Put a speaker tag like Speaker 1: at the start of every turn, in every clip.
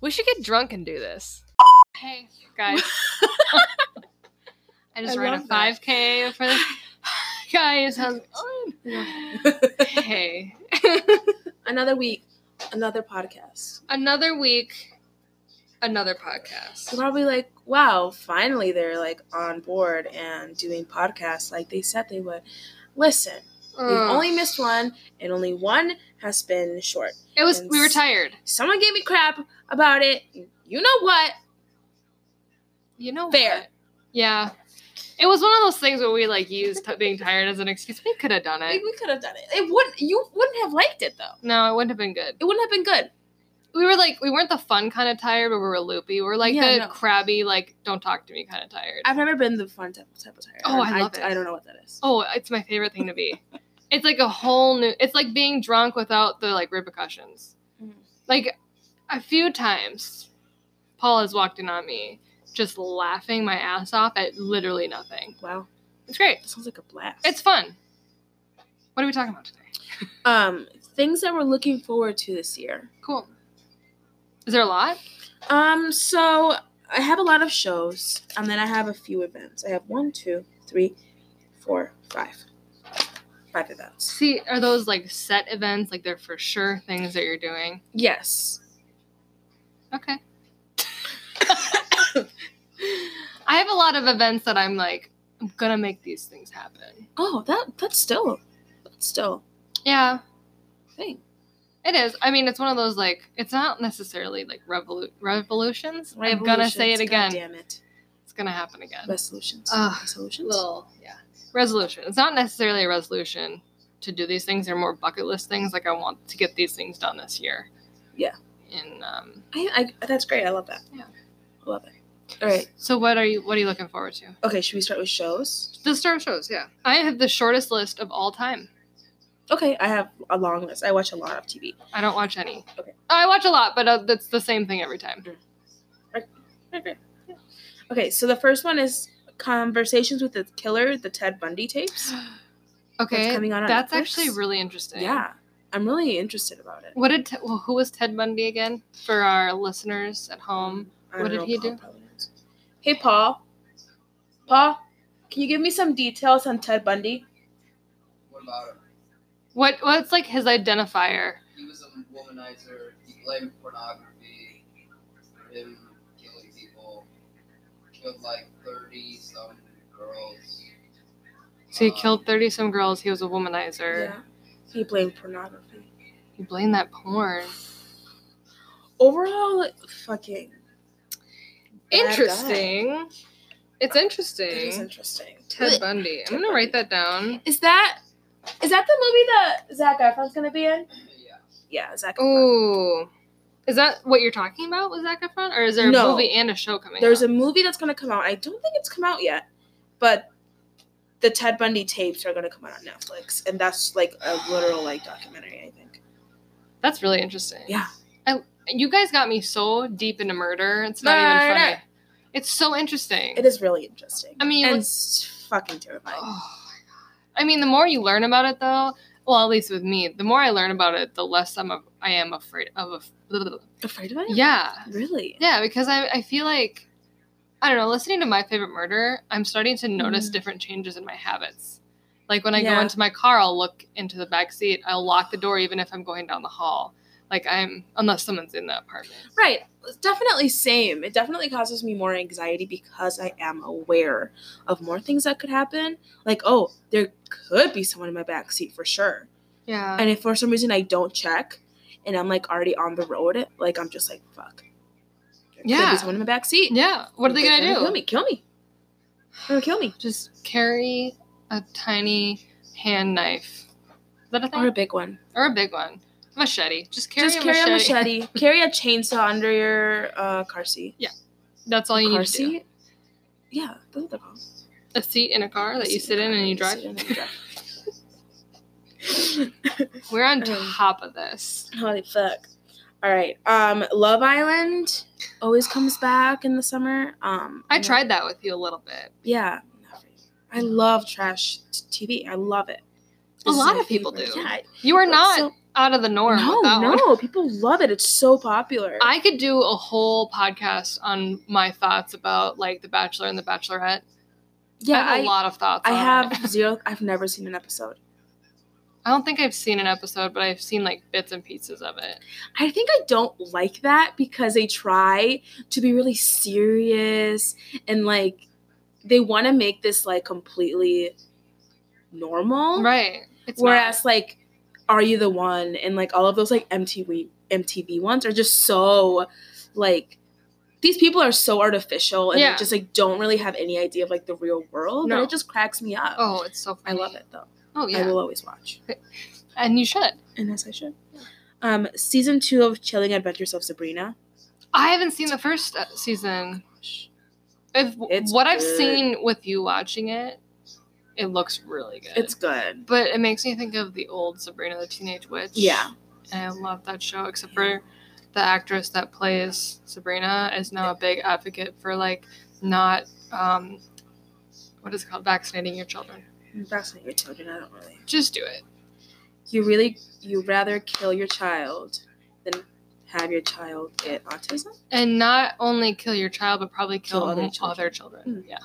Speaker 1: We should get drunk and do this.
Speaker 2: Hey guys, I just
Speaker 3: I
Speaker 2: ran a
Speaker 3: love that.
Speaker 2: 5K for this. guys, how's it going? Hey,
Speaker 3: another week, another podcast.
Speaker 2: another week, another podcast.
Speaker 3: They're probably like, wow, finally they're like on board and doing podcasts like they said they would. Listen, we've
Speaker 2: Ugh.
Speaker 3: only missed one, and only one has been short.
Speaker 2: it was we were tired.
Speaker 3: Someone gave me crap about it. You know what?
Speaker 2: You know,
Speaker 3: Fair.
Speaker 2: what? Yeah, it was one of those things where we like used t- being tired as an excuse. We could have done
Speaker 3: Like,
Speaker 2: it.
Speaker 3: we could have done it. It would you wouldn't have liked it though.
Speaker 2: No, it wouldn't have been good.
Speaker 3: It wouldn't have been good.
Speaker 2: We were like, we weren't the fun kind of tired, but we were loopy. We were like
Speaker 3: Yeah,
Speaker 2: the
Speaker 3: no.
Speaker 2: crabby, like don't talk to me kind of tired.
Speaker 3: I've never been the fun type, type of tired.
Speaker 2: Oh, I love it.
Speaker 3: I, don't know what that is.
Speaker 2: Oh, it's my favorite thing to be. it's like a whole new. It's like being drunk without the like repercussions.
Speaker 3: Mhm.
Speaker 2: Like a few times, Paul has walked in on me just laughing my ass off at literally nothing.
Speaker 3: Wow,
Speaker 2: It's great.
Speaker 3: that sounds like a blast.
Speaker 2: It's fun. What are we talking about today?
Speaker 3: um things that we're looking forward to this year.
Speaker 2: Cool. Is there a lot?
Speaker 3: Um, so I have a lot of shows, and then I have a few events. I have one, two, three, four, five, five events.
Speaker 2: See, are those like set events? Like they're for sure things that you're doing.
Speaker 3: Yes.
Speaker 2: Okay. I have a lot of events that I'm like, I'm gonna make these things happen.
Speaker 3: Oh, that that's still that's still
Speaker 2: Yeah,
Speaker 3: a thing,
Speaker 2: it is. I mean, it's one of those like, it's not necessarily like revolu- revolutions. I'm gonna say it
Speaker 3: Revolutions,
Speaker 2: again. Ah,
Speaker 3: God damn it.
Speaker 2: It's gonna happen again.
Speaker 3: Resolutions.
Speaker 2: Ugh,
Speaker 3: Resolutions.
Speaker 2: Little, yeah. Resolution. It's not necessarily a resolution to do these things. They're more bucket list things. Like I want to get these things done this year.
Speaker 3: Yeah.
Speaker 2: And um,
Speaker 3: I, I that's great. I love that.
Speaker 2: Yeah.
Speaker 3: I love it. All right.
Speaker 2: so what are you? What are you looking forward to?
Speaker 3: Okay. Should we start with shows?
Speaker 2: The Star Shows. Yeah. I have the shortest list of all time.
Speaker 3: Okay. I have a long list. I watch a lot of TV.
Speaker 2: I don't watch any.
Speaker 3: Okay.
Speaker 2: I watch a lot, but uh, that's the same thing every time.
Speaker 3: Okay. Okay. So the first one is conversations with the killer, the Ted Bundy tapes.
Speaker 2: Okay.
Speaker 3: coming out on
Speaker 2: that's
Speaker 3: Netflix?
Speaker 2: actually really interesting.
Speaker 3: Yeah, I'm really interested about it.
Speaker 2: What did Te- well, who was Ted Bundy again for our listeners at home?
Speaker 3: I
Speaker 2: What
Speaker 3: don't
Speaker 2: did he do?
Speaker 3: probably knows. Hey, Paul. Paul, can you give me some details on Ted Bundy?
Speaker 4: What about him?
Speaker 2: What what's like his identifier?
Speaker 4: He was a womanizer. He blamed pornography. Him killing people. Killed like 30 some girls.
Speaker 2: So he
Speaker 4: Um,
Speaker 2: killed
Speaker 3: Oh.
Speaker 2: thirty some girls. He was a womanizer.
Speaker 3: He blamed pornography.
Speaker 2: He blamed that porn.
Speaker 3: Overall, like, fucking. bad
Speaker 2: Interesting. It's
Speaker 3: guy. It is
Speaker 2: interesting.
Speaker 3: interesting.
Speaker 2: Ted Bundy. I'm gonna write that down.
Speaker 3: Is that is that the movie that Zach Efron's gonna be in?
Speaker 4: Yeah.
Speaker 3: Yeah, Zach. Efron.
Speaker 2: Ooh. Is that what you're talking about with Zac Efron? Or is there a
Speaker 3: No.
Speaker 2: movie and a show coming
Speaker 3: There's
Speaker 2: out?
Speaker 3: a movie that's gonna come out. I don't think it's come out yet, but the Ted Bundy tapes are gonna come out on Netflix, and that's like a literal like documentary. I think.
Speaker 2: That's really interesting.
Speaker 3: Yeah.
Speaker 2: I, you guys got me so deep into murder. It's not even funny.
Speaker 3: Murder.
Speaker 2: It's so interesting.
Speaker 3: It is really interesting.
Speaker 2: I mean,
Speaker 3: and
Speaker 2: let's-
Speaker 3: it's fucking terrifying.
Speaker 2: Oh, my God. I mean, the more you learn about it, though, well, at least with me, the more I learn about it, the less I'm a, I am afraid of. A,
Speaker 3: Afraid of it?
Speaker 2: yeah,
Speaker 3: Really?
Speaker 2: yeah, because I I feel like I don't know. Listening to my favorite murder, I'm starting to notice
Speaker 3: Mhm.
Speaker 2: different changes in my habits. Like when I go
Speaker 3: Yeah.
Speaker 2: into my car, I'll look into the back seat. I'll lock the door even if I'm going down the hall. Like I'm unless someone's in the apartment.
Speaker 3: Right. It's Definitely same. It definitely causes me more anxiety because I am aware of more things that could happen. Like, oh, there could be someone in my backseat for sure.
Speaker 2: Yeah.
Speaker 3: And if for some reason I don't check and I'm like already on the road, like I'm just like, fuck. There Could
Speaker 2: Yeah.
Speaker 3: be someone in my backseat.
Speaker 2: yeah. What are they
Speaker 3: They're
Speaker 2: gonna do?
Speaker 3: Kill me. Kill me. They're gonna kill me.
Speaker 2: just carry a tiny hand knife. Is that a thing?
Speaker 3: Or
Speaker 2: Or
Speaker 3: a
Speaker 2: a,
Speaker 3: big one.
Speaker 2: big one. Machete. Just carry,
Speaker 3: Just
Speaker 2: a,
Speaker 3: carry
Speaker 2: machete.
Speaker 3: a machete. carry a chainsaw under your uh, car seat.
Speaker 2: That's all you
Speaker 3: car
Speaker 2: need to do.
Speaker 3: seat? Yeah, that's what they're called.
Speaker 2: A seat in a car that you sit in and you drive. We're on
Speaker 3: Okay.
Speaker 2: top of this.
Speaker 3: Holy fuck. All right. Um, Love Island always comes back in the summer. Um,
Speaker 2: I
Speaker 3: I'm like-
Speaker 2: tried that with you a little bit.
Speaker 3: Yeah. I love trash t- TV. I love it.
Speaker 2: A
Speaker 3: This is
Speaker 2: lot
Speaker 3: my
Speaker 2: of people
Speaker 3: favorite.
Speaker 2: do.
Speaker 3: Yeah. I-
Speaker 2: You are
Speaker 3: but
Speaker 2: not
Speaker 3: so-
Speaker 2: out of the norm.
Speaker 3: no,
Speaker 2: with that
Speaker 3: no,
Speaker 2: one.
Speaker 3: people love it. It's so popular.
Speaker 2: I could do a whole podcast on my thoughts about like The Bachelor and The Bachelorette. I
Speaker 3: yeah,
Speaker 2: have a
Speaker 3: I,
Speaker 2: lot of thoughts.
Speaker 3: I
Speaker 2: on it.
Speaker 3: have zero. I've never seen an episode.
Speaker 2: I don't think I've seen an episode, but I've seen like bits and pieces of it.
Speaker 3: I think I don't like that because they try to be really serious and like they want to make this like completely normal.
Speaker 2: Right. It's
Speaker 3: Whereas like Are You the One and like all of those like MTV MTV ones are just so like these people are so artificial and
Speaker 2: Yeah.
Speaker 3: they just like don't really have any idea of like the real world.
Speaker 2: No.
Speaker 3: And it just cracks me up.
Speaker 2: not- oh, it's so
Speaker 3: I
Speaker 2: funny.
Speaker 3: love it though.
Speaker 2: Oh
Speaker 3: I
Speaker 2: yeah,
Speaker 3: will always watch.
Speaker 2: and you should.
Speaker 3: And as I should. Um, season two of Chilling Adventures of Sabrina.
Speaker 2: I haven't seen the first uh, season. If
Speaker 3: Oh It's
Speaker 2: what I've
Speaker 3: good.
Speaker 2: seen with you watching it, it looks really good.
Speaker 3: It's good.
Speaker 2: but it makes me think of the old Sabrina the Teenage Witch.
Speaker 3: Yeah.
Speaker 2: And I love that show, except for the actress that plays Sabrina is now a big advocate for like not um, what is it called vaccinating your children.
Speaker 3: That's not your children. I don't really.
Speaker 2: Just do it.
Speaker 3: You really, you rather kill your child than have your child get autism?
Speaker 2: And not only kill your child, but probably kill,
Speaker 3: Kill other
Speaker 2: other
Speaker 3: children.
Speaker 2: children.
Speaker 3: Mm.
Speaker 2: Yeah,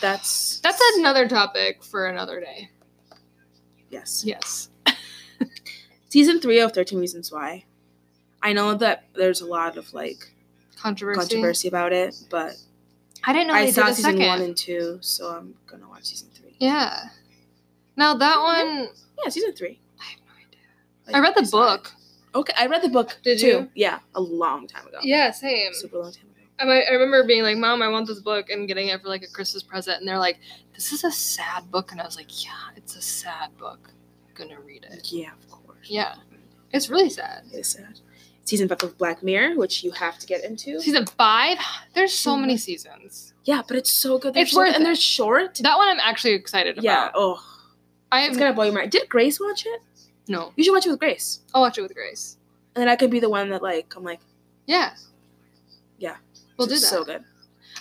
Speaker 3: That's.
Speaker 2: that's another topic for another day.
Speaker 3: Yes.
Speaker 2: Yes.
Speaker 3: Season three of 13 Reasons Why. I know that there's a lot of like
Speaker 2: Controversy.
Speaker 3: controversy about it, but
Speaker 2: I didn't know
Speaker 3: I
Speaker 2: they did
Speaker 3: saw
Speaker 2: a
Speaker 3: season
Speaker 2: second.
Speaker 3: one and two, so I'm gonna watch season three.
Speaker 2: yeah. Now that one,
Speaker 3: Yeah, season three.
Speaker 2: I have no idea.
Speaker 3: Like,
Speaker 2: I read the
Speaker 3: it's not-
Speaker 2: book.
Speaker 3: Okay, I read the book
Speaker 2: Did
Speaker 3: too.
Speaker 2: you?
Speaker 3: Yeah, a long time ago.
Speaker 2: Yeah, same.
Speaker 3: Super long time ago.
Speaker 2: I, might- I remember being like, "Mom, I want this book," and getting it for like a Christmas present, and they're like, "This is a sad book," and I was like, "Yeah, it's a sad book. I'm gonna read it."
Speaker 3: Yeah, of course.
Speaker 2: Yeah, it's really sad.
Speaker 3: It is sad. Season five of Black Mirror, which you have to get into.
Speaker 2: Season five, there's
Speaker 3: Mm-hmm.
Speaker 2: so many seasons.
Speaker 3: Yeah, but it's so good. They're
Speaker 2: It's
Speaker 3: so good,
Speaker 2: worth
Speaker 3: and
Speaker 2: it.
Speaker 3: they're short.
Speaker 2: That one I'm actually excited about.
Speaker 3: Yeah. Oh,
Speaker 2: I
Speaker 3: it's
Speaker 2: have
Speaker 3: gonna blow your mind. Did Grace watch it?
Speaker 2: no.
Speaker 3: You should watch it with Grace,
Speaker 2: I'll watch it with Grace.
Speaker 3: and then I could be the one that like I'm like,
Speaker 2: Yeah.
Speaker 3: Yeah.
Speaker 2: We'll do that.
Speaker 3: "This is so good.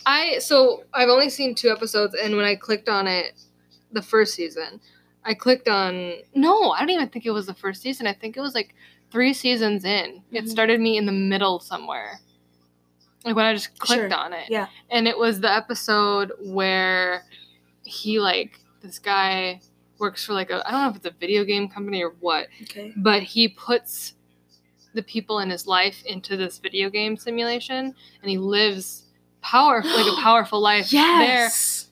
Speaker 2: I so I've only seen two episodes, and when I clicked on it, the first season, I clicked on no, I don't even think it was the first season. I think it was like three seasons in.
Speaker 3: Mhm.
Speaker 2: It started me in the middle somewhere, like when I just clicked
Speaker 3: Sure,
Speaker 2: on it.
Speaker 3: yeah.
Speaker 2: and it was the episode where he like this guy works for like a I don't know if it's a video game company or what,
Speaker 3: Okay.
Speaker 2: but he puts the people in his life into this video game simulation and he lives powerful like a powerful life
Speaker 3: Yes.
Speaker 2: there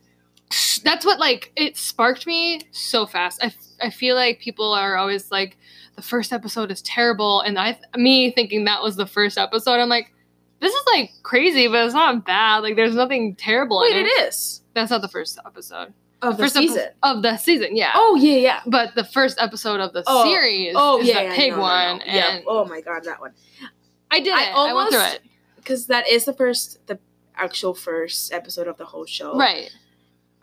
Speaker 2: that's what like it sparked me so fast I, I feel like people are always like the first episode is terrible and i me thinking that was the first episode i'm like this is like crazy but it's not bad like there's nothing terrible
Speaker 3: Wait,
Speaker 2: in it.
Speaker 3: it is
Speaker 2: that's not the first episode
Speaker 3: of the
Speaker 2: first epi-
Speaker 3: season.
Speaker 2: of the season yeah
Speaker 3: oh yeah, yeah.
Speaker 2: but the first episode of the
Speaker 3: Oh.
Speaker 2: series
Speaker 3: Oh
Speaker 2: is
Speaker 3: yeah,
Speaker 2: the
Speaker 3: yeah,
Speaker 2: pig
Speaker 3: no, no, no.
Speaker 2: one
Speaker 3: Yeah.
Speaker 2: and
Speaker 3: Oh my god, that one.
Speaker 2: I did.
Speaker 3: I
Speaker 2: it. I went through
Speaker 3: almost-
Speaker 2: it.
Speaker 3: Because that is the first, the actual first episode of the whole show.
Speaker 2: Right.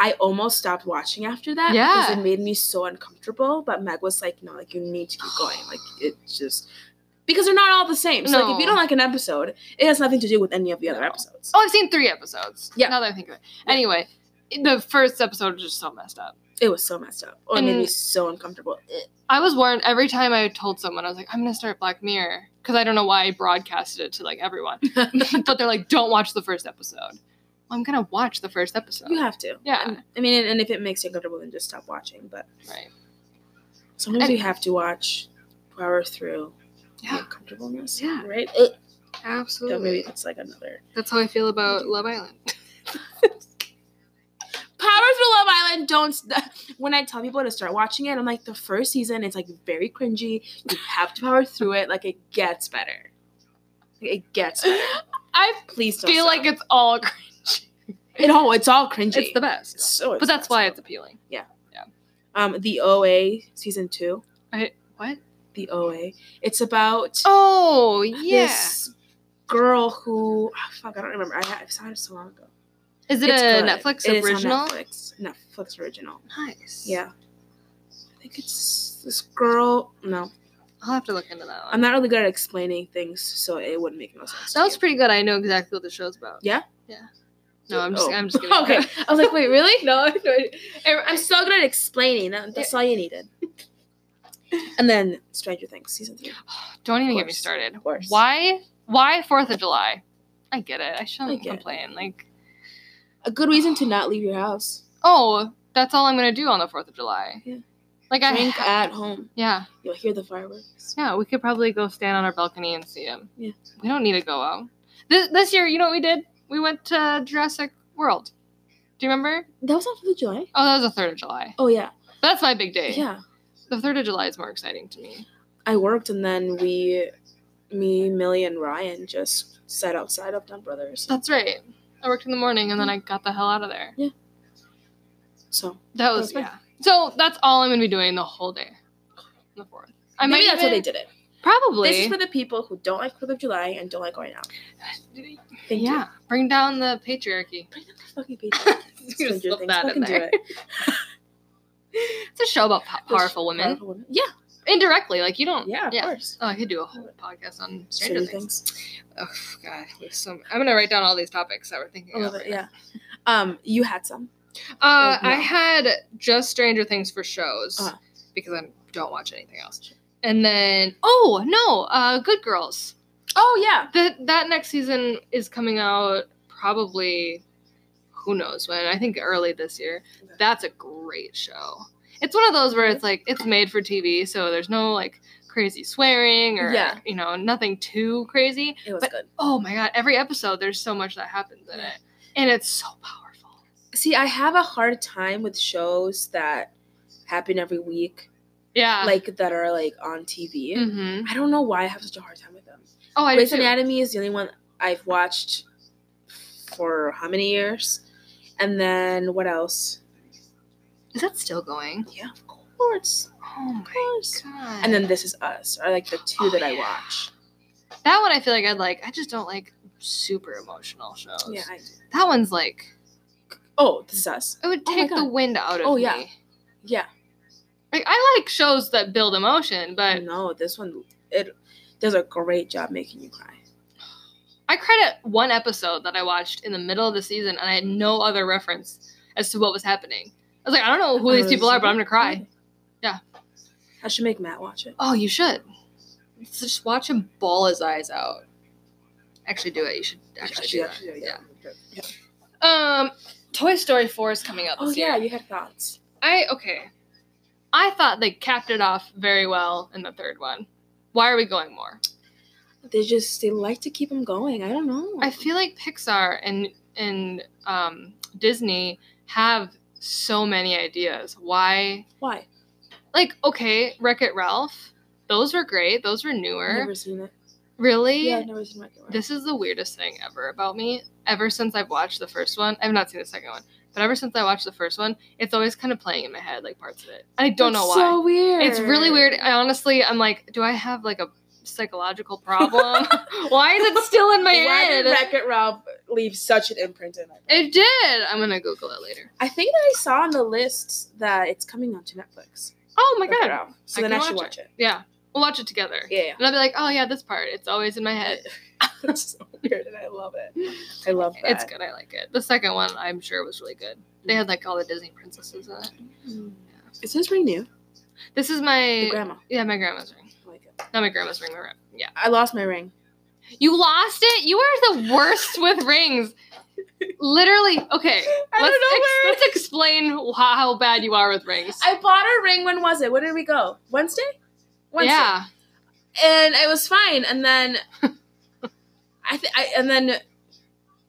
Speaker 3: I almost stopped watching after that because
Speaker 2: Yeah.
Speaker 3: it made me so uncomfortable. But Meg was like, no, like you need to keep going. Like it just because they're not all the same. So like if you
Speaker 2: No.
Speaker 3: don't like an episode, it has nothing to do with any of the other
Speaker 2: No.
Speaker 3: episodes.
Speaker 2: Oh, I've seen three episodes.
Speaker 3: Yeah.
Speaker 2: Now that I think of it. Anyway, the first episode was just so messed up.
Speaker 3: It was so messed up. Oh, it made me
Speaker 2: And-
Speaker 3: so uncomfortable.
Speaker 2: I was warned every time I told someone, I was like, I'm going to start Black Mirror. Because I don't know why I broadcasted it to like everyone. but they're like, don't watch the first episode. Well, I'm going to watch the first episode.
Speaker 3: You have to.
Speaker 2: Yeah.
Speaker 3: And- I mean, and, and if it makes you uncomfortable, then just stop watching. But
Speaker 2: Right.
Speaker 3: sometimes
Speaker 2: And-
Speaker 3: you have to watch power through the
Speaker 2: Yeah.
Speaker 3: uncomfortableness.
Speaker 2: Yeah.
Speaker 3: Right? So maybe
Speaker 2: Absolutely.
Speaker 3: it's like another.
Speaker 2: That's how I feel about Love Island.
Speaker 3: Power through Love Island. Don't. st- When I tell people to start watching it, I'm like, the first season is like very cringy. You have to power through it. Like it gets better. Like, It gets better.
Speaker 2: I
Speaker 3: Please don't
Speaker 2: feel
Speaker 3: stop.
Speaker 2: like it's all cringe.
Speaker 3: it. Oh, it's all cringy.
Speaker 2: It's the best.
Speaker 3: so
Speaker 2: But that's why it's
Speaker 3: expensive.
Speaker 2: appealing.
Speaker 3: um the OA season two.
Speaker 2: I- what?
Speaker 3: The OA. It's about
Speaker 2: Oh, yeah.
Speaker 3: this girl who oh, fuck I don't remember. I, I saw it so long ago.
Speaker 2: Is it
Speaker 3: It's
Speaker 2: a
Speaker 3: good.
Speaker 2: Netflix
Speaker 3: It is on
Speaker 2: original?
Speaker 3: Netflix. Netflix original.
Speaker 2: Nice.
Speaker 3: Yeah. I think it's this girl. No,
Speaker 2: I'll have to look into that one.
Speaker 3: I'm not really good at explaining things, so it wouldn't make no sense.
Speaker 2: that
Speaker 3: to
Speaker 2: was
Speaker 3: you.
Speaker 2: pretty good. I know exactly what the show's about.
Speaker 3: Yeah?
Speaker 2: Yeah. No, I'm just.
Speaker 3: Oh.
Speaker 2: I'm just kidding.
Speaker 3: okay. I was like, wait, really?
Speaker 2: no.
Speaker 3: I'm so good at explaining. That, that's all you needed. And then Stranger Things season three.
Speaker 2: Don't even get me
Speaker 3: course.
Speaker 2: started.
Speaker 3: Of course.
Speaker 2: Why? Why Fourth of July? I get it. I
Speaker 3: I
Speaker 2: shouldn't
Speaker 3: get it.
Speaker 2: complain. Like,
Speaker 3: A good reason to not leave your house.
Speaker 2: oh, that's all I'm gonna do on the Fourth of July.
Speaker 3: Yeah.
Speaker 2: Like I.
Speaker 3: Drink at home.
Speaker 2: yeah,
Speaker 3: You'll hear the fireworks.
Speaker 2: yeah. We could probably go stand on our balcony and see them.
Speaker 3: Yeah.
Speaker 2: We don't need to go out. This this year, you know what we did? We went to Jurassic World. Do you remember?
Speaker 3: That was not for the July.
Speaker 2: Oh, that was the third of July.
Speaker 3: Oh yeah,
Speaker 2: That's my big day.
Speaker 3: yeah.
Speaker 2: The third of July is more exciting to me.
Speaker 3: I worked, and then we, me, Millie, and Ryan just sat outside of Dunn Brothers.
Speaker 2: That's right. I worked in the morning and then I got the hell out of there.
Speaker 3: So
Speaker 2: That was
Speaker 3: Okay.
Speaker 2: yeah. So that's all I'm gonna be doing the whole day. on The fourth. I
Speaker 3: maybe
Speaker 2: might
Speaker 3: that's
Speaker 2: even,
Speaker 3: how they did it.
Speaker 2: Probably.
Speaker 3: This is for the people who don't like Fourth of July and don't like going out. Thank
Speaker 2: yeah.
Speaker 3: you.
Speaker 2: Bring down the patriarchy.
Speaker 3: Bring up the fucking patriarchy.
Speaker 2: You
Speaker 3: Stranger
Speaker 2: slip
Speaker 3: Things.
Speaker 2: that in
Speaker 3: Fucking do
Speaker 2: there.
Speaker 3: it.
Speaker 2: It's a show about po- powerful women.
Speaker 3: Powerful women. Yeah,
Speaker 2: Indirectly, like you don't.
Speaker 3: yeah, of
Speaker 2: Yeah.
Speaker 3: course.
Speaker 2: Oh, I could do a whole podcast on Stranger
Speaker 3: Stranger
Speaker 2: Things.
Speaker 3: Things.
Speaker 2: Oh God, there's so. m- I'm gonna write down all these topics that we're thinking
Speaker 3: I
Speaker 2: of.
Speaker 3: love
Speaker 2: right
Speaker 3: it. Yeah. Um, you had some.
Speaker 2: Uh,
Speaker 3: Oh,
Speaker 2: I
Speaker 3: no.
Speaker 2: had just Stranger Things for shows
Speaker 3: Uh-huh.
Speaker 2: because I don't watch anything else. And then oh no, uh, Good Girls.
Speaker 3: Oh yeah.
Speaker 2: That that next season is coming out probably who knows when. I think early this year.
Speaker 3: Okay.
Speaker 2: That's a great show. It's one of those where it's like it's made for TV, so there's no like crazy swearing or
Speaker 3: Yeah.
Speaker 2: you know nothing too crazy.
Speaker 3: It was
Speaker 2: But-
Speaker 3: good.
Speaker 2: Oh my god, every episode there's so much that happens in it, and it's so powerful.
Speaker 3: See, I have a hard time with shows that happen every week,
Speaker 2: Yeah.
Speaker 3: like that are like on TV.
Speaker 2: hmm
Speaker 3: I don't know why I have such a hard time with them.
Speaker 2: Oh, I
Speaker 3: Grey's
Speaker 2: do too.
Speaker 3: Anatomy is the only one I've watched for how many years? And then what else?
Speaker 2: Is that still going?
Speaker 3: Yeah, of course.
Speaker 2: Oh my
Speaker 3: course.
Speaker 2: god.
Speaker 3: And then This Is Us are like the two
Speaker 2: Oh,
Speaker 3: that I
Speaker 2: yeah.
Speaker 3: watch.
Speaker 2: that one I feel like I'd like. I just don't like super emotional shows.
Speaker 3: Yeah. I,
Speaker 2: That one's like
Speaker 3: oh, This Is Us.
Speaker 2: it would
Speaker 3: Oh my
Speaker 2: take the
Speaker 3: God.
Speaker 2: wind out of
Speaker 3: Oh, yeah.
Speaker 2: me.
Speaker 3: Yeah.
Speaker 2: Like I like shows that build emotion, but
Speaker 3: No, this one it does a great job making you cry.
Speaker 2: I credit one episode that I watched in the middle of the season and I had no other reference as to what was happening. I was like, I don't know who these people are, but I'm gonna
Speaker 3: Oh,
Speaker 2: cry. Yeah.
Speaker 3: I should make Matt watch it.
Speaker 2: Oh, you should. So just watch him ball his eyes out. Actually do it. You should actually do that. Yeah. Um Toy Story 4 is coming out
Speaker 3: Oh
Speaker 2: this year.
Speaker 3: yeah, you had thoughts.
Speaker 2: I okay. I thought they capped it off very well in the third one. Why are we going more?
Speaker 3: They just they like to keep them going. I don't know.
Speaker 2: I feel like Pixar and and um, Disney have so many ideas. Why?
Speaker 3: why?
Speaker 2: Like okay, Wreck It Ralph. Those were great. Those were newer.
Speaker 3: I've never seen it.
Speaker 2: Really?
Speaker 3: Yeah, I've never seen Wreck-It Ralph.
Speaker 2: This is the weirdest thing ever about me. Ever since I've watched the first one, I've not seen the second one, but ever since I watched the first one, it's always kind of playing in my head, like parts of it. I don't know why.
Speaker 3: It's so weird.
Speaker 2: It's really weird. I honestly, I'm like, do I have like a psychological problem? Why is it still in my
Speaker 3: Why
Speaker 2: head?
Speaker 3: did Wreck It Ralph leave such an imprint in it?
Speaker 2: it did. I'm gonna Google it later.
Speaker 3: I think that I saw on the list that it's coming onto Netflix.
Speaker 2: Oh my
Speaker 3: Wreck-It
Speaker 2: god.
Speaker 3: Ralph. So
Speaker 2: I
Speaker 3: then I
Speaker 2: can
Speaker 3: should
Speaker 2: watch
Speaker 3: watch it.
Speaker 2: Yeah, we'll watch it together.
Speaker 3: Yeah,
Speaker 2: And I'll be like, oh yeah, this part. It's always in my
Speaker 3: yeah.
Speaker 2: head.
Speaker 3: That's so weird, and I love it. I love that.
Speaker 2: It's good. I like it. The second one, I'm sure, was really good. They had like all the Disney princesses in it.
Speaker 3: Mm. Is this ring new?
Speaker 2: This is
Speaker 3: The
Speaker 2: my
Speaker 3: grandma.
Speaker 2: yeah, my grandma's ring.
Speaker 3: I like it.
Speaker 2: Not my grandma's ring. My ring. Yeah,
Speaker 3: I lost my ring.
Speaker 2: you lost it. You are the worst with rings. Literally. Okay.
Speaker 3: I
Speaker 2: let's,
Speaker 3: don't know
Speaker 2: ex-
Speaker 3: where.
Speaker 2: let's explain wh- how bad you are with rings.
Speaker 3: I bought a ring. When was it? When did we go? Wednesday. Wednesday.
Speaker 2: Yeah.
Speaker 3: and it was fine. And then I, th- I and then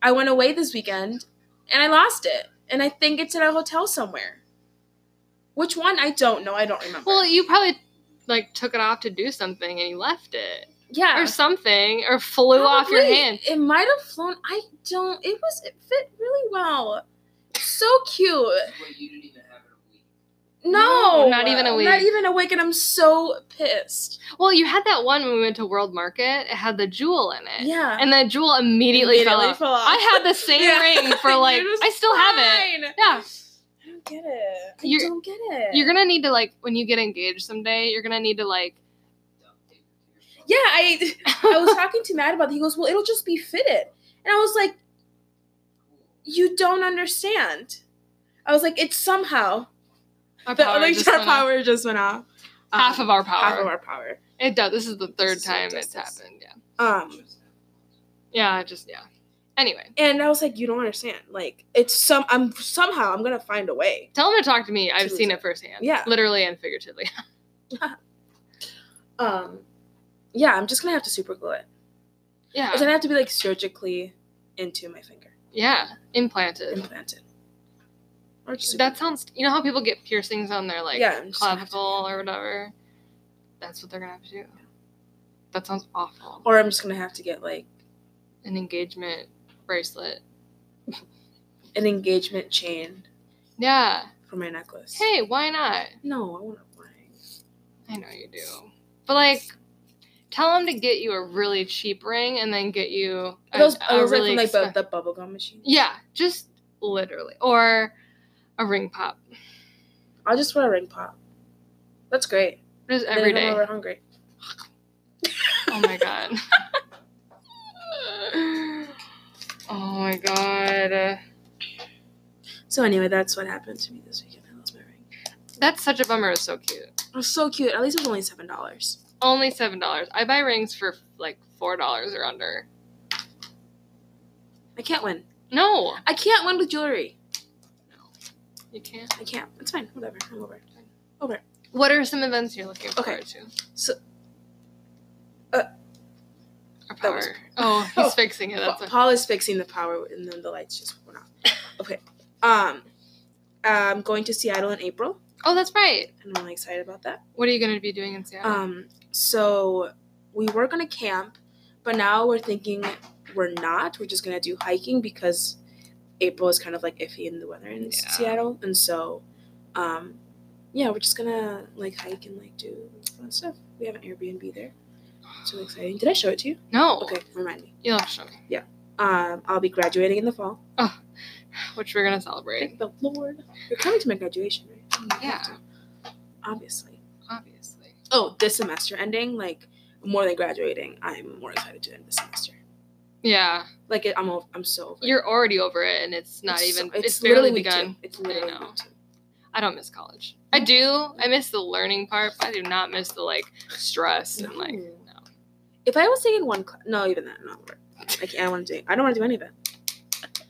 Speaker 3: I went away this weekend, and I lost it. And I think it's at a hotel somewhere. Which one? I don't know. I don't remember.
Speaker 2: Well, you probably like took it off to do something and you left it
Speaker 3: yeah,
Speaker 2: or something or flew off your
Speaker 3: Probably.
Speaker 2: hand.
Speaker 3: It might have flown. I don't. It was. It fit really well. So cute.
Speaker 4: Wait, you didn't even have it a week.
Speaker 3: No,
Speaker 2: No, not even a
Speaker 3: Not
Speaker 2: week.
Speaker 3: even a week, and I'm so pissed.
Speaker 2: Well, you had that one when we went to World Market. It had the jewel in it.
Speaker 3: Yeah,
Speaker 2: And that jewel immediately, fell off.
Speaker 3: fell off.
Speaker 2: I had the same
Speaker 3: Yeah.
Speaker 2: ring for like
Speaker 3: Yours was
Speaker 2: I still have it.
Speaker 3: fine.
Speaker 2: Yeah.
Speaker 3: I don't get it. I
Speaker 2: You're-
Speaker 3: don't get it.
Speaker 2: You're going to need to like when you get engaged someday, you're going to need to like
Speaker 4: Duct tape it to your phone.
Speaker 3: Yeah, I I was talking to Matt about it. He goes, Well, it'll just be fitted. And I was like, You don't understand. I was like, It's somehow.
Speaker 2: our
Speaker 3: The
Speaker 2: power
Speaker 3: like
Speaker 2: just
Speaker 3: our
Speaker 2: went off.
Speaker 3: power just went off. Um,
Speaker 2: Half of our
Speaker 3: half
Speaker 2: power.
Speaker 3: of our power.
Speaker 2: It does. This is the third
Speaker 3: This is so
Speaker 2: time it's
Speaker 3: distance.
Speaker 2: happened. Yeah.
Speaker 3: Um,
Speaker 2: Yeah. I Just yeah. Anyway,
Speaker 3: and I was like, you don't understand. Like, it's some. I'm somehow I'm gonna find a way.
Speaker 2: tell him to talk to me. I've
Speaker 3: To
Speaker 2: seen
Speaker 3: lose
Speaker 2: it firsthand.
Speaker 3: Yeah.
Speaker 2: Literally and figuratively.
Speaker 3: Um, yeah, I'm just gonna have to super glue it. It's
Speaker 2: yeah.
Speaker 3: gonna have to be like surgically into my finger,
Speaker 2: Yeah. Implanted.
Speaker 3: implanted. Or just
Speaker 2: That sounds. You know how people get piercings on their like
Speaker 3: Yeah, I'm just gonna have to-
Speaker 2: clavicle or whatever. That's what they're gonna have to do. That sounds awful.
Speaker 3: or I'm just gonna have to get like
Speaker 2: An engagement bracelet.
Speaker 3: an engagement chain
Speaker 2: Yeah.
Speaker 3: for my necklace.
Speaker 2: Hey, why not?
Speaker 3: No, I want a ring.
Speaker 2: I know you do. But like tell him to get you a really cheap ring and then get you a,
Speaker 3: Those
Speaker 2: a
Speaker 3: those
Speaker 2: really
Speaker 3: really like
Speaker 2: expen-
Speaker 3: from, like the, the bubblegum machine.
Speaker 2: Yeah, just literally or a ring pop.
Speaker 3: I'll just wear a ring pop. That's great.
Speaker 2: Just
Speaker 3: Then
Speaker 2: every
Speaker 3: if I'm
Speaker 2: day.
Speaker 3: ever hungry.
Speaker 2: Oh my god. oh my god.
Speaker 3: So anyway, that's what happened to me this weekend. I lost my ring.
Speaker 2: That's such a bummer. It's so cute.
Speaker 3: It was so cute. At least it was only seven dollars.
Speaker 2: Only seven dollars. I buy rings for like four dollars or under.
Speaker 3: I can't win.
Speaker 2: No,
Speaker 3: I can't win with jewelry.
Speaker 2: you can't.
Speaker 3: I can't. It's fine. Whatever. I'm over. it.
Speaker 2: What are some events you're looking
Speaker 3: Okay.
Speaker 2: forward to?
Speaker 3: So- uh,
Speaker 2: Our
Speaker 3: that
Speaker 2: power.
Speaker 3: was-
Speaker 2: Oh, he's
Speaker 3: Oh.
Speaker 2: fixing it. That's
Speaker 3: Pa-
Speaker 2: a-
Speaker 3: Paul is fixing the power, and then the lights just went off. Okay. Um, I'm going to Seattle in April,
Speaker 2: oh, that's right.
Speaker 3: and I'm really excited about that.
Speaker 2: What are you going to be doing in Seattle?
Speaker 3: Um, so we were gonna camp, but now we're thinking we're not. We're just gonna do hiking because April is kind of like iffy in the weather in S-
Speaker 2: Yeah.
Speaker 3: Seattle, and so, um, yeah, we're just gonna like hike and like do fun stuff. We have an Airbnb there. So exciting! Did I show it to you?
Speaker 2: no.
Speaker 3: Okay, remind me.
Speaker 2: You'll have to show me,
Speaker 3: Um, I'll be graduating in the fall.
Speaker 2: which we're going to celebrate.
Speaker 3: Thank the Lord. You're coming to my graduation, right? You
Speaker 2: Yeah,
Speaker 3: have to, Obviously.
Speaker 2: obviously.
Speaker 3: Oh, this semester ending, like more than graduating, I'm more excited to end the semester.
Speaker 2: Yeah.
Speaker 3: Like it, I'm, o- I'm so. over it.
Speaker 2: You're already over it and it's not
Speaker 3: It's
Speaker 2: even,
Speaker 3: so-
Speaker 2: it's, barely
Speaker 3: week two.
Speaker 2: begun.
Speaker 3: It's literally
Speaker 2: know.
Speaker 3: week two.
Speaker 2: I don't miss college. I do. I miss the learning part, but I do not miss the like stress and like,
Speaker 3: No.
Speaker 2: no.
Speaker 3: Mm. If I was taking one class, no, even that, no, I can't. I want to do. I don't want to do any of it.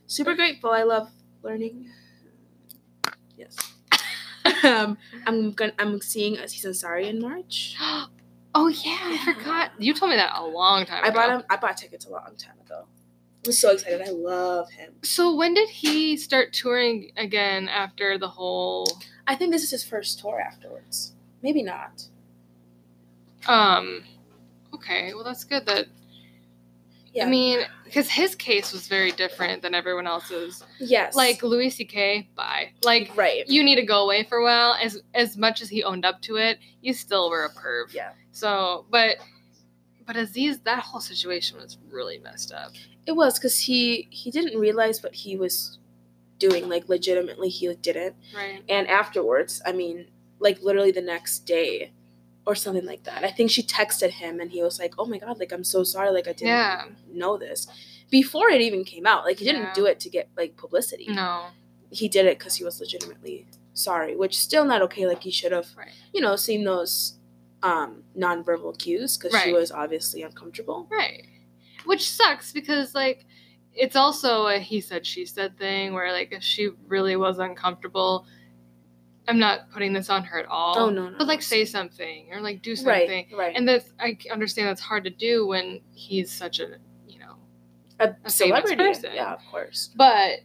Speaker 3: Super grateful. I love learning. Yes. um, I'm gonna. I'm seeing a season sorry in March.
Speaker 2: Oh yeah, I forgot. You told me that a long time
Speaker 3: I
Speaker 2: ago.
Speaker 3: bought him. I bought tickets a long time ago. I'm so excited. I love him.
Speaker 2: So when did he start touring again after the whole
Speaker 3: I think this is his first tour afterwards. Maybe not.
Speaker 2: um okay, well that's good that
Speaker 3: Yeah.
Speaker 2: I mean cuz his case was very different than everyone else's.
Speaker 3: yes.
Speaker 2: Like Louis CK, bye. Like
Speaker 3: right.
Speaker 2: you need to go away for a while as as much as he owned up to it, you still were a perv.
Speaker 3: Yeah.
Speaker 2: So, but but Aziz that whole situation was really messed up.
Speaker 3: It was because he he didn't realize what he was doing. Like legitimately, he didn't.
Speaker 2: Right.
Speaker 3: And afterwards, I mean, like literally the next day, or something like that. I think she texted him, and he was like, "Oh my god, like I'm so sorry. Like I didn't
Speaker 2: Yeah.
Speaker 3: know this." Before it even came out, like he didn't
Speaker 2: Yeah.
Speaker 3: do it to get like publicity.
Speaker 2: No.
Speaker 3: He did it because he was legitimately sorry, which still not okay. Like he should have
Speaker 2: Right.
Speaker 3: you know, seeing those um nonverbal cues because she
Speaker 2: Right.
Speaker 3: was obviously uncomfortable.
Speaker 2: Right. Which sucks because like it's also a he said she said thing where like if she really was uncomfortable, I'm not putting this on her at all.
Speaker 3: Oh, no, no,
Speaker 2: But like
Speaker 3: no.
Speaker 2: say something or like do something.
Speaker 3: Right, right.
Speaker 2: And that's I c- understand that's hard to do when he's such a you know.
Speaker 3: a,
Speaker 2: a famous
Speaker 3: celebrity,
Speaker 2: person.
Speaker 3: yeah, of course.
Speaker 2: But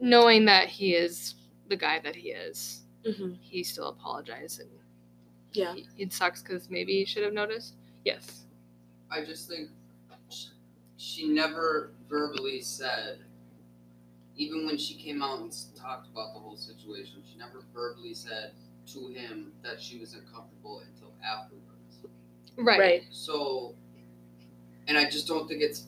Speaker 2: knowing that he is the guy that he is,
Speaker 3: hmm
Speaker 2: he still apologized and
Speaker 3: Yeah,
Speaker 2: he- it sucks because maybe he should have noticed. Yes.
Speaker 4: I just think she, she never verbally said, even when she came out and s- talked about the whole situation, she never verbally said to him that she was uncomfortable until afterwards.
Speaker 2: Right.
Speaker 4: So, and I just don't think it's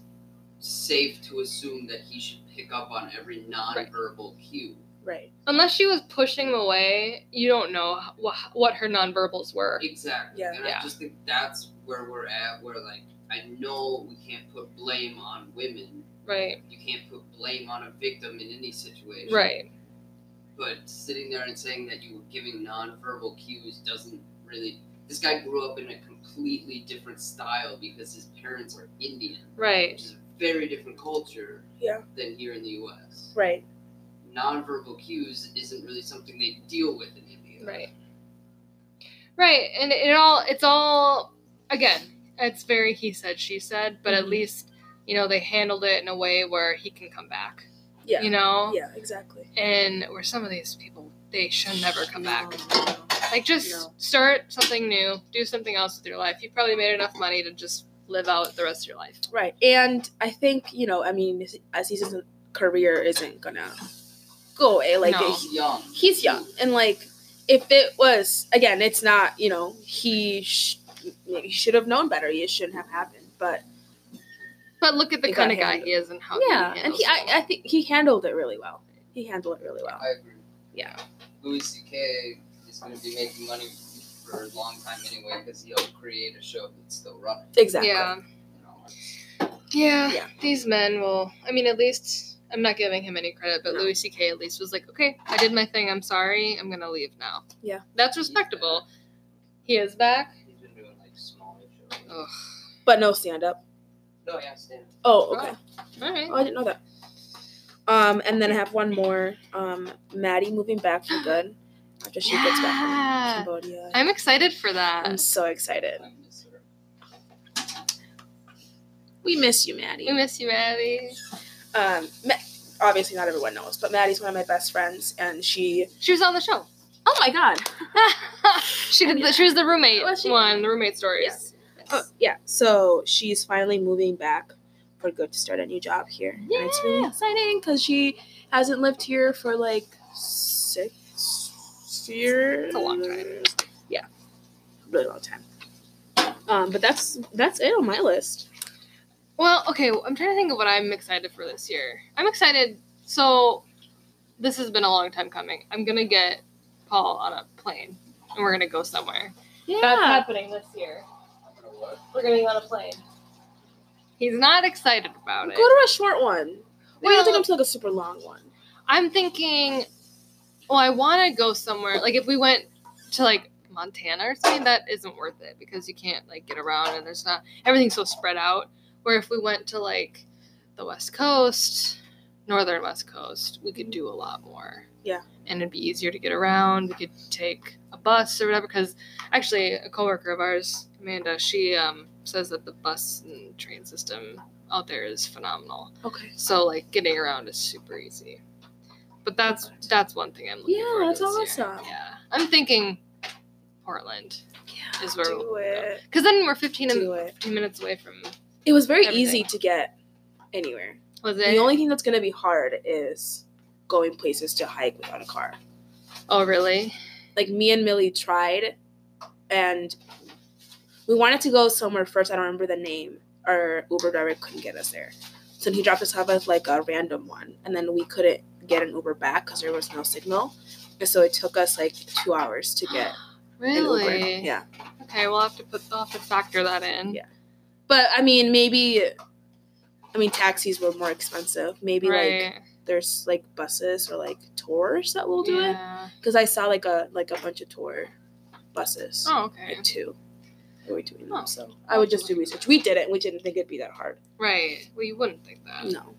Speaker 4: safe to assume that he should pick up on every nonverbal cue.
Speaker 3: right,
Speaker 2: Unless she was pushing him away, you don't know wh- what her nonverbals were.
Speaker 4: Exactly.
Speaker 3: Yeah.
Speaker 4: And
Speaker 2: Yeah.
Speaker 4: I just think that's where we're at, where like, I know we can't put blame on women.
Speaker 2: Right.
Speaker 4: You can't put blame on a victim in any situation.
Speaker 2: Right.
Speaker 4: But sitting there and saying that you were giving nonverbal cues doesn't really this guy grew up in a completely different style because his parents are Indian,
Speaker 2: Right.
Speaker 4: which is a very different culture
Speaker 3: Yeah.
Speaker 4: than here in the U.S.
Speaker 3: Right.
Speaker 4: Nonverbal cues isn't really something they deal with in India.
Speaker 2: Right. Right. And it all it's all again, it's very he said, she said, but at
Speaker 3: Mhm.
Speaker 2: least, you know, they handled it in a way where he can come back.
Speaker 3: Yeah.
Speaker 2: You know?
Speaker 3: Yeah. Exactly.
Speaker 2: And where some of these people they should never come back.
Speaker 3: No.
Speaker 2: Like just
Speaker 3: No.
Speaker 2: start something new, do something else with your life. You probably made enough money to just live out the rest of your life.
Speaker 3: Right. And I think you know. I mean, Aziz's career isn't gonna go away. Like
Speaker 2: No.
Speaker 4: He's young.
Speaker 3: he's young and like if it was again it's not you know he sh- he should have known better it shouldn't have happened but
Speaker 2: But look at the
Speaker 3: It got
Speaker 2: kind of guy
Speaker 3: handled.
Speaker 2: he is and how
Speaker 3: yeah
Speaker 2: Oh, he
Speaker 3: and
Speaker 2: handles
Speaker 3: he I, I
Speaker 2: it.
Speaker 3: think he handled it really well he handled it really well
Speaker 4: I agree.
Speaker 3: Yeah.
Speaker 4: Louis C.K. is going to be making money for a long time anyway because he'll create a show that's still running.
Speaker 3: exactly
Speaker 2: Yeah.
Speaker 4: You know,
Speaker 2: Yeah,
Speaker 3: Yeah.
Speaker 2: these men will. I mean, at least I'm not giving him any credit, but
Speaker 3: No.
Speaker 2: Louis C.K. at least was like, "Okay, I did my thing. I'm sorry. I'm gonna leave now."
Speaker 3: Yeah.
Speaker 2: that's respectable. He is back.
Speaker 4: he's been doing like smaller shows.
Speaker 3: Oh.
Speaker 2: Ugh.
Speaker 3: but no stand up
Speaker 4: No, yeah, stand.
Speaker 3: oh okay
Speaker 2: All right.
Speaker 3: oh i didn't know that um and then i have one more um maddie moving back for good after she gets
Speaker 2: Yeah.
Speaker 3: back from cambodia
Speaker 2: I'm excited for
Speaker 3: i'm
Speaker 2: that.
Speaker 3: so excited
Speaker 4: I miss her.
Speaker 3: we miss you maddie
Speaker 2: We miss you, Maddie.
Speaker 3: um Ma- obviously not everyone knows but maddie's one of my best friends and she
Speaker 2: She was on the show.
Speaker 3: oh my god
Speaker 2: she did. The, she was the roommate
Speaker 3: Was she?
Speaker 2: one. The roommate stories. Uh,
Speaker 3: Oh, yeah. So she's finally moving back for good to start a new job here. And it's really
Speaker 2: Yeah.
Speaker 3: exciting because she hasn't lived here for like six years.
Speaker 2: It's a long time.
Speaker 3: Yeah. Really long time. Um, but that's that's it on my list.
Speaker 2: Well, okay, I'm trying to think of what I'm excited for this year. I'm excited. So, this has been a long time coming. I'm gonna get Paul on a plane, and we're gonna go somewhere. That's happening this year.
Speaker 4: I'm gonna what?
Speaker 2: We're gonna be on a plane. He's not excited about
Speaker 3: Go
Speaker 2: it.
Speaker 3: to a short one. Maybe well, I don't think
Speaker 2: Well-
Speaker 3: I'm to like a super long one.
Speaker 2: I'm thinking, well, I want to go somewhere. Like if we went to like Montana or something, that isn't worth it because you can't like get around and there's not everything's so spread out. Where if we went to like the West Coast, northern West Coast, we could do a lot more.
Speaker 3: Yeah.
Speaker 2: and it'd be easier to get around. We could take a bus or whatever. Because actually, a coworker of ours, Amanda, she um, says that the bus and train system out there is phenomenal.
Speaker 3: Okay.
Speaker 2: So like getting around is super easy. But that's that's one thing I'm looking
Speaker 3: Yeah,
Speaker 2: forward to
Speaker 3: that's
Speaker 2: this year.
Speaker 3: awesome.
Speaker 2: Yeah. I'm thinking Portland.
Speaker 3: Yeah.
Speaker 2: Is where
Speaker 3: do
Speaker 2: we'll
Speaker 3: it.
Speaker 2: Cuz then we're 15 and
Speaker 3: Do it.
Speaker 2: 15 minutes away from
Speaker 3: It was very
Speaker 2: Everything.
Speaker 3: easy to get anywhere.
Speaker 2: was it?
Speaker 3: The only thing that's gonna be hard is going places to hike without a car.
Speaker 2: oh, really?
Speaker 3: like me and Millie tried, and we wanted to go somewhere first. I don't remember the name. Our Uber driver couldn't get us there, so he dropped us off at like a random one, and then we couldn't get an Uber back because there was no signal, and so it took us like two hours to get an Uber.
Speaker 2: Really?
Speaker 3: Yeah,
Speaker 2: Okay, we'll have to put I'll have to factor that in.
Speaker 3: Yeah. but I mean maybe, I mean taxis were more expensive. Maybe like
Speaker 2: right.
Speaker 3: there's like buses or like tours that will do it
Speaker 2: yeah.
Speaker 3: because I saw like a like a bunch of tour buses.
Speaker 2: Oh, okay.
Speaker 3: at two. We were doing
Speaker 2: Oh.
Speaker 3: them, so I would just do research. We did it. We didn't think it'd be that hard.
Speaker 2: Right. Well, you wouldn't think that.
Speaker 3: No,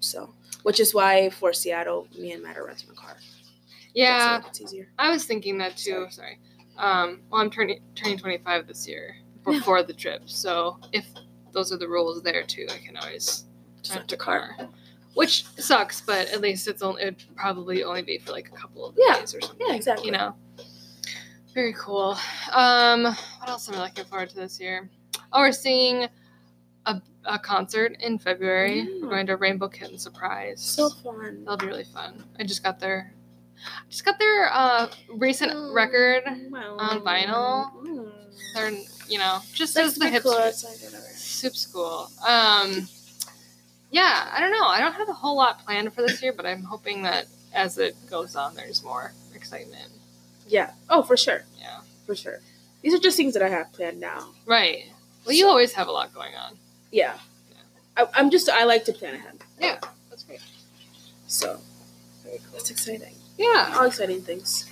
Speaker 3: so which is why for Seattle, me and Matt are renting a car.
Speaker 2: Yeah.
Speaker 3: That's it's easier.
Speaker 2: I was thinking that too. Sorry. Um, well, I'm turning turning 25 this year
Speaker 3: Yeah.
Speaker 2: before the trip, so if those are the rules there too, I can always
Speaker 3: Just
Speaker 2: rent
Speaker 3: rent
Speaker 2: a
Speaker 3: a car.
Speaker 2: car, which sucks. But at least it's only it'd probably only be for like a couple of
Speaker 3: Yeah.
Speaker 2: days or something.
Speaker 3: Yeah, exactly.
Speaker 2: You know. Very cool. Um, what else am I looking forward to this year? Oh, we're seeing a, a concert in February. We're
Speaker 3: Yeah.
Speaker 2: going to Rainbow Kitten Surprise.
Speaker 3: Mm. so fun.
Speaker 2: That'll be really fun. I just got their, I just got their uh, recent record. on vinyl.
Speaker 3: mm.
Speaker 2: Their, you know, just as the hip soup school. Um, yeah, I don't know. I don't have a whole lot planned for this year, but I'm hoping that as it goes on, there's more excitement.
Speaker 3: Yeah. Oh, for sure,
Speaker 2: Yeah,
Speaker 3: for sure. These are just things that I have planned now.
Speaker 2: right. Well, you always have a lot going on.
Speaker 3: Yeah. I, I'm just I like to plan ahead,
Speaker 2: That's great.
Speaker 3: so that's exciting.
Speaker 2: Yeah.
Speaker 3: All exciting things.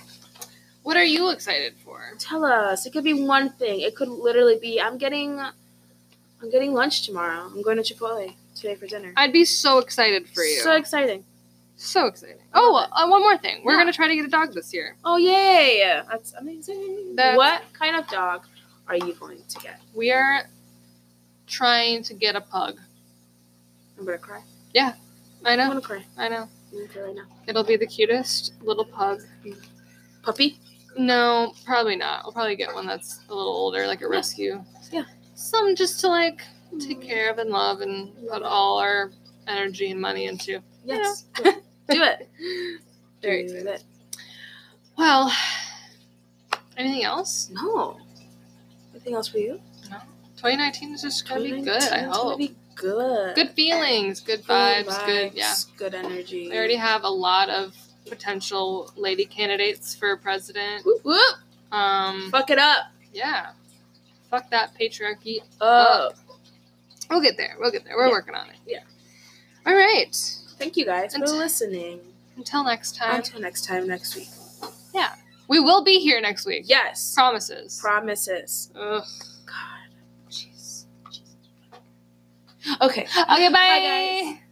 Speaker 2: What are you excited for?
Speaker 3: Tell us. It could be one thing. It could literally be I'm getting I'm getting lunch tomorrow. I'm going to Chipotle today for dinner.
Speaker 2: I'd be so excited for you.
Speaker 3: So exciting.
Speaker 2: So exciting. Oh, uh, one more thing. We're
Speaker 3: Yeah.
Speaker 2: going to try to get a dog this year.
Speaker 3: Oh yay! That's amazing.
Speaker 2: That's-
Speaker 3: What kind of dog are you going to get?
Speaker 2: We are trying to get a pug.
Speaker 3: I'm gonna cry.
Speaker 2: I
Speaker 3: I'm
Speaker 2: know.
Speaker 3: gonna cry.
Speaker 2: I know.
Speaker 3: I'm gonna cry right now.
Speaker 2: It'll be the cutest little pug.
Speaker 3: Puppy?
Speaker 2: No, probably not. We'll probably get one that's a little older, like a rescue.
Speaker 3: Yeah.
Speaker 2: Some just to like take care of and love and put all our energy and money into.
Speaker 3: Yes. Do it. Do it.
Speaker 2: Very
Speaker 3: Do
Speaker 2: excited.
Speaker 3: it.
Speaker 2: Well, anything else?
Speaker 3: No. Anything else for you?
Speaker 2: 2019 is just gonna be good. I
Speaker 3: 2019's gonna
Speaker 2: hope.
Speaker 3: be good.
Speaker 2: Good feelings, good
Speaker 3: Good
Speaker 2: vibes, good yeah.
Speaker 3: vibes, Good energy.
Speaker 2: We already have a lot of potential lady candidates for president.
Speaker 3: Whoop, whoop.
Speaker 2: Um,
Speaker 3: Fuck it up.
Speaker 2: yeah. Fuck that patriarchy. Uh,
Speaker 3: Oh,
Speaker 2: We'll get there. We'll get there. We're
Speaker 3: Yeah.
Speaker 2: working on it.
Speaker 3: Yeah.
Speaker 2: All right.
Speaker 3: thank you guys for
Speaker 2: Until-
Speaker 3: listening.
Speaker 2: Until next time.
Speaker 3: Until next time, next week.
Speaker 2: We will be here next week.
Speaker 3: Yes.
Speaker 2: Promises.
Speaker 3: Promises.
Speaker 2: Ugh.
Speaker 3: Okay.
Speaker 2: Okay, bye.
Speaker 3: Bye, guys.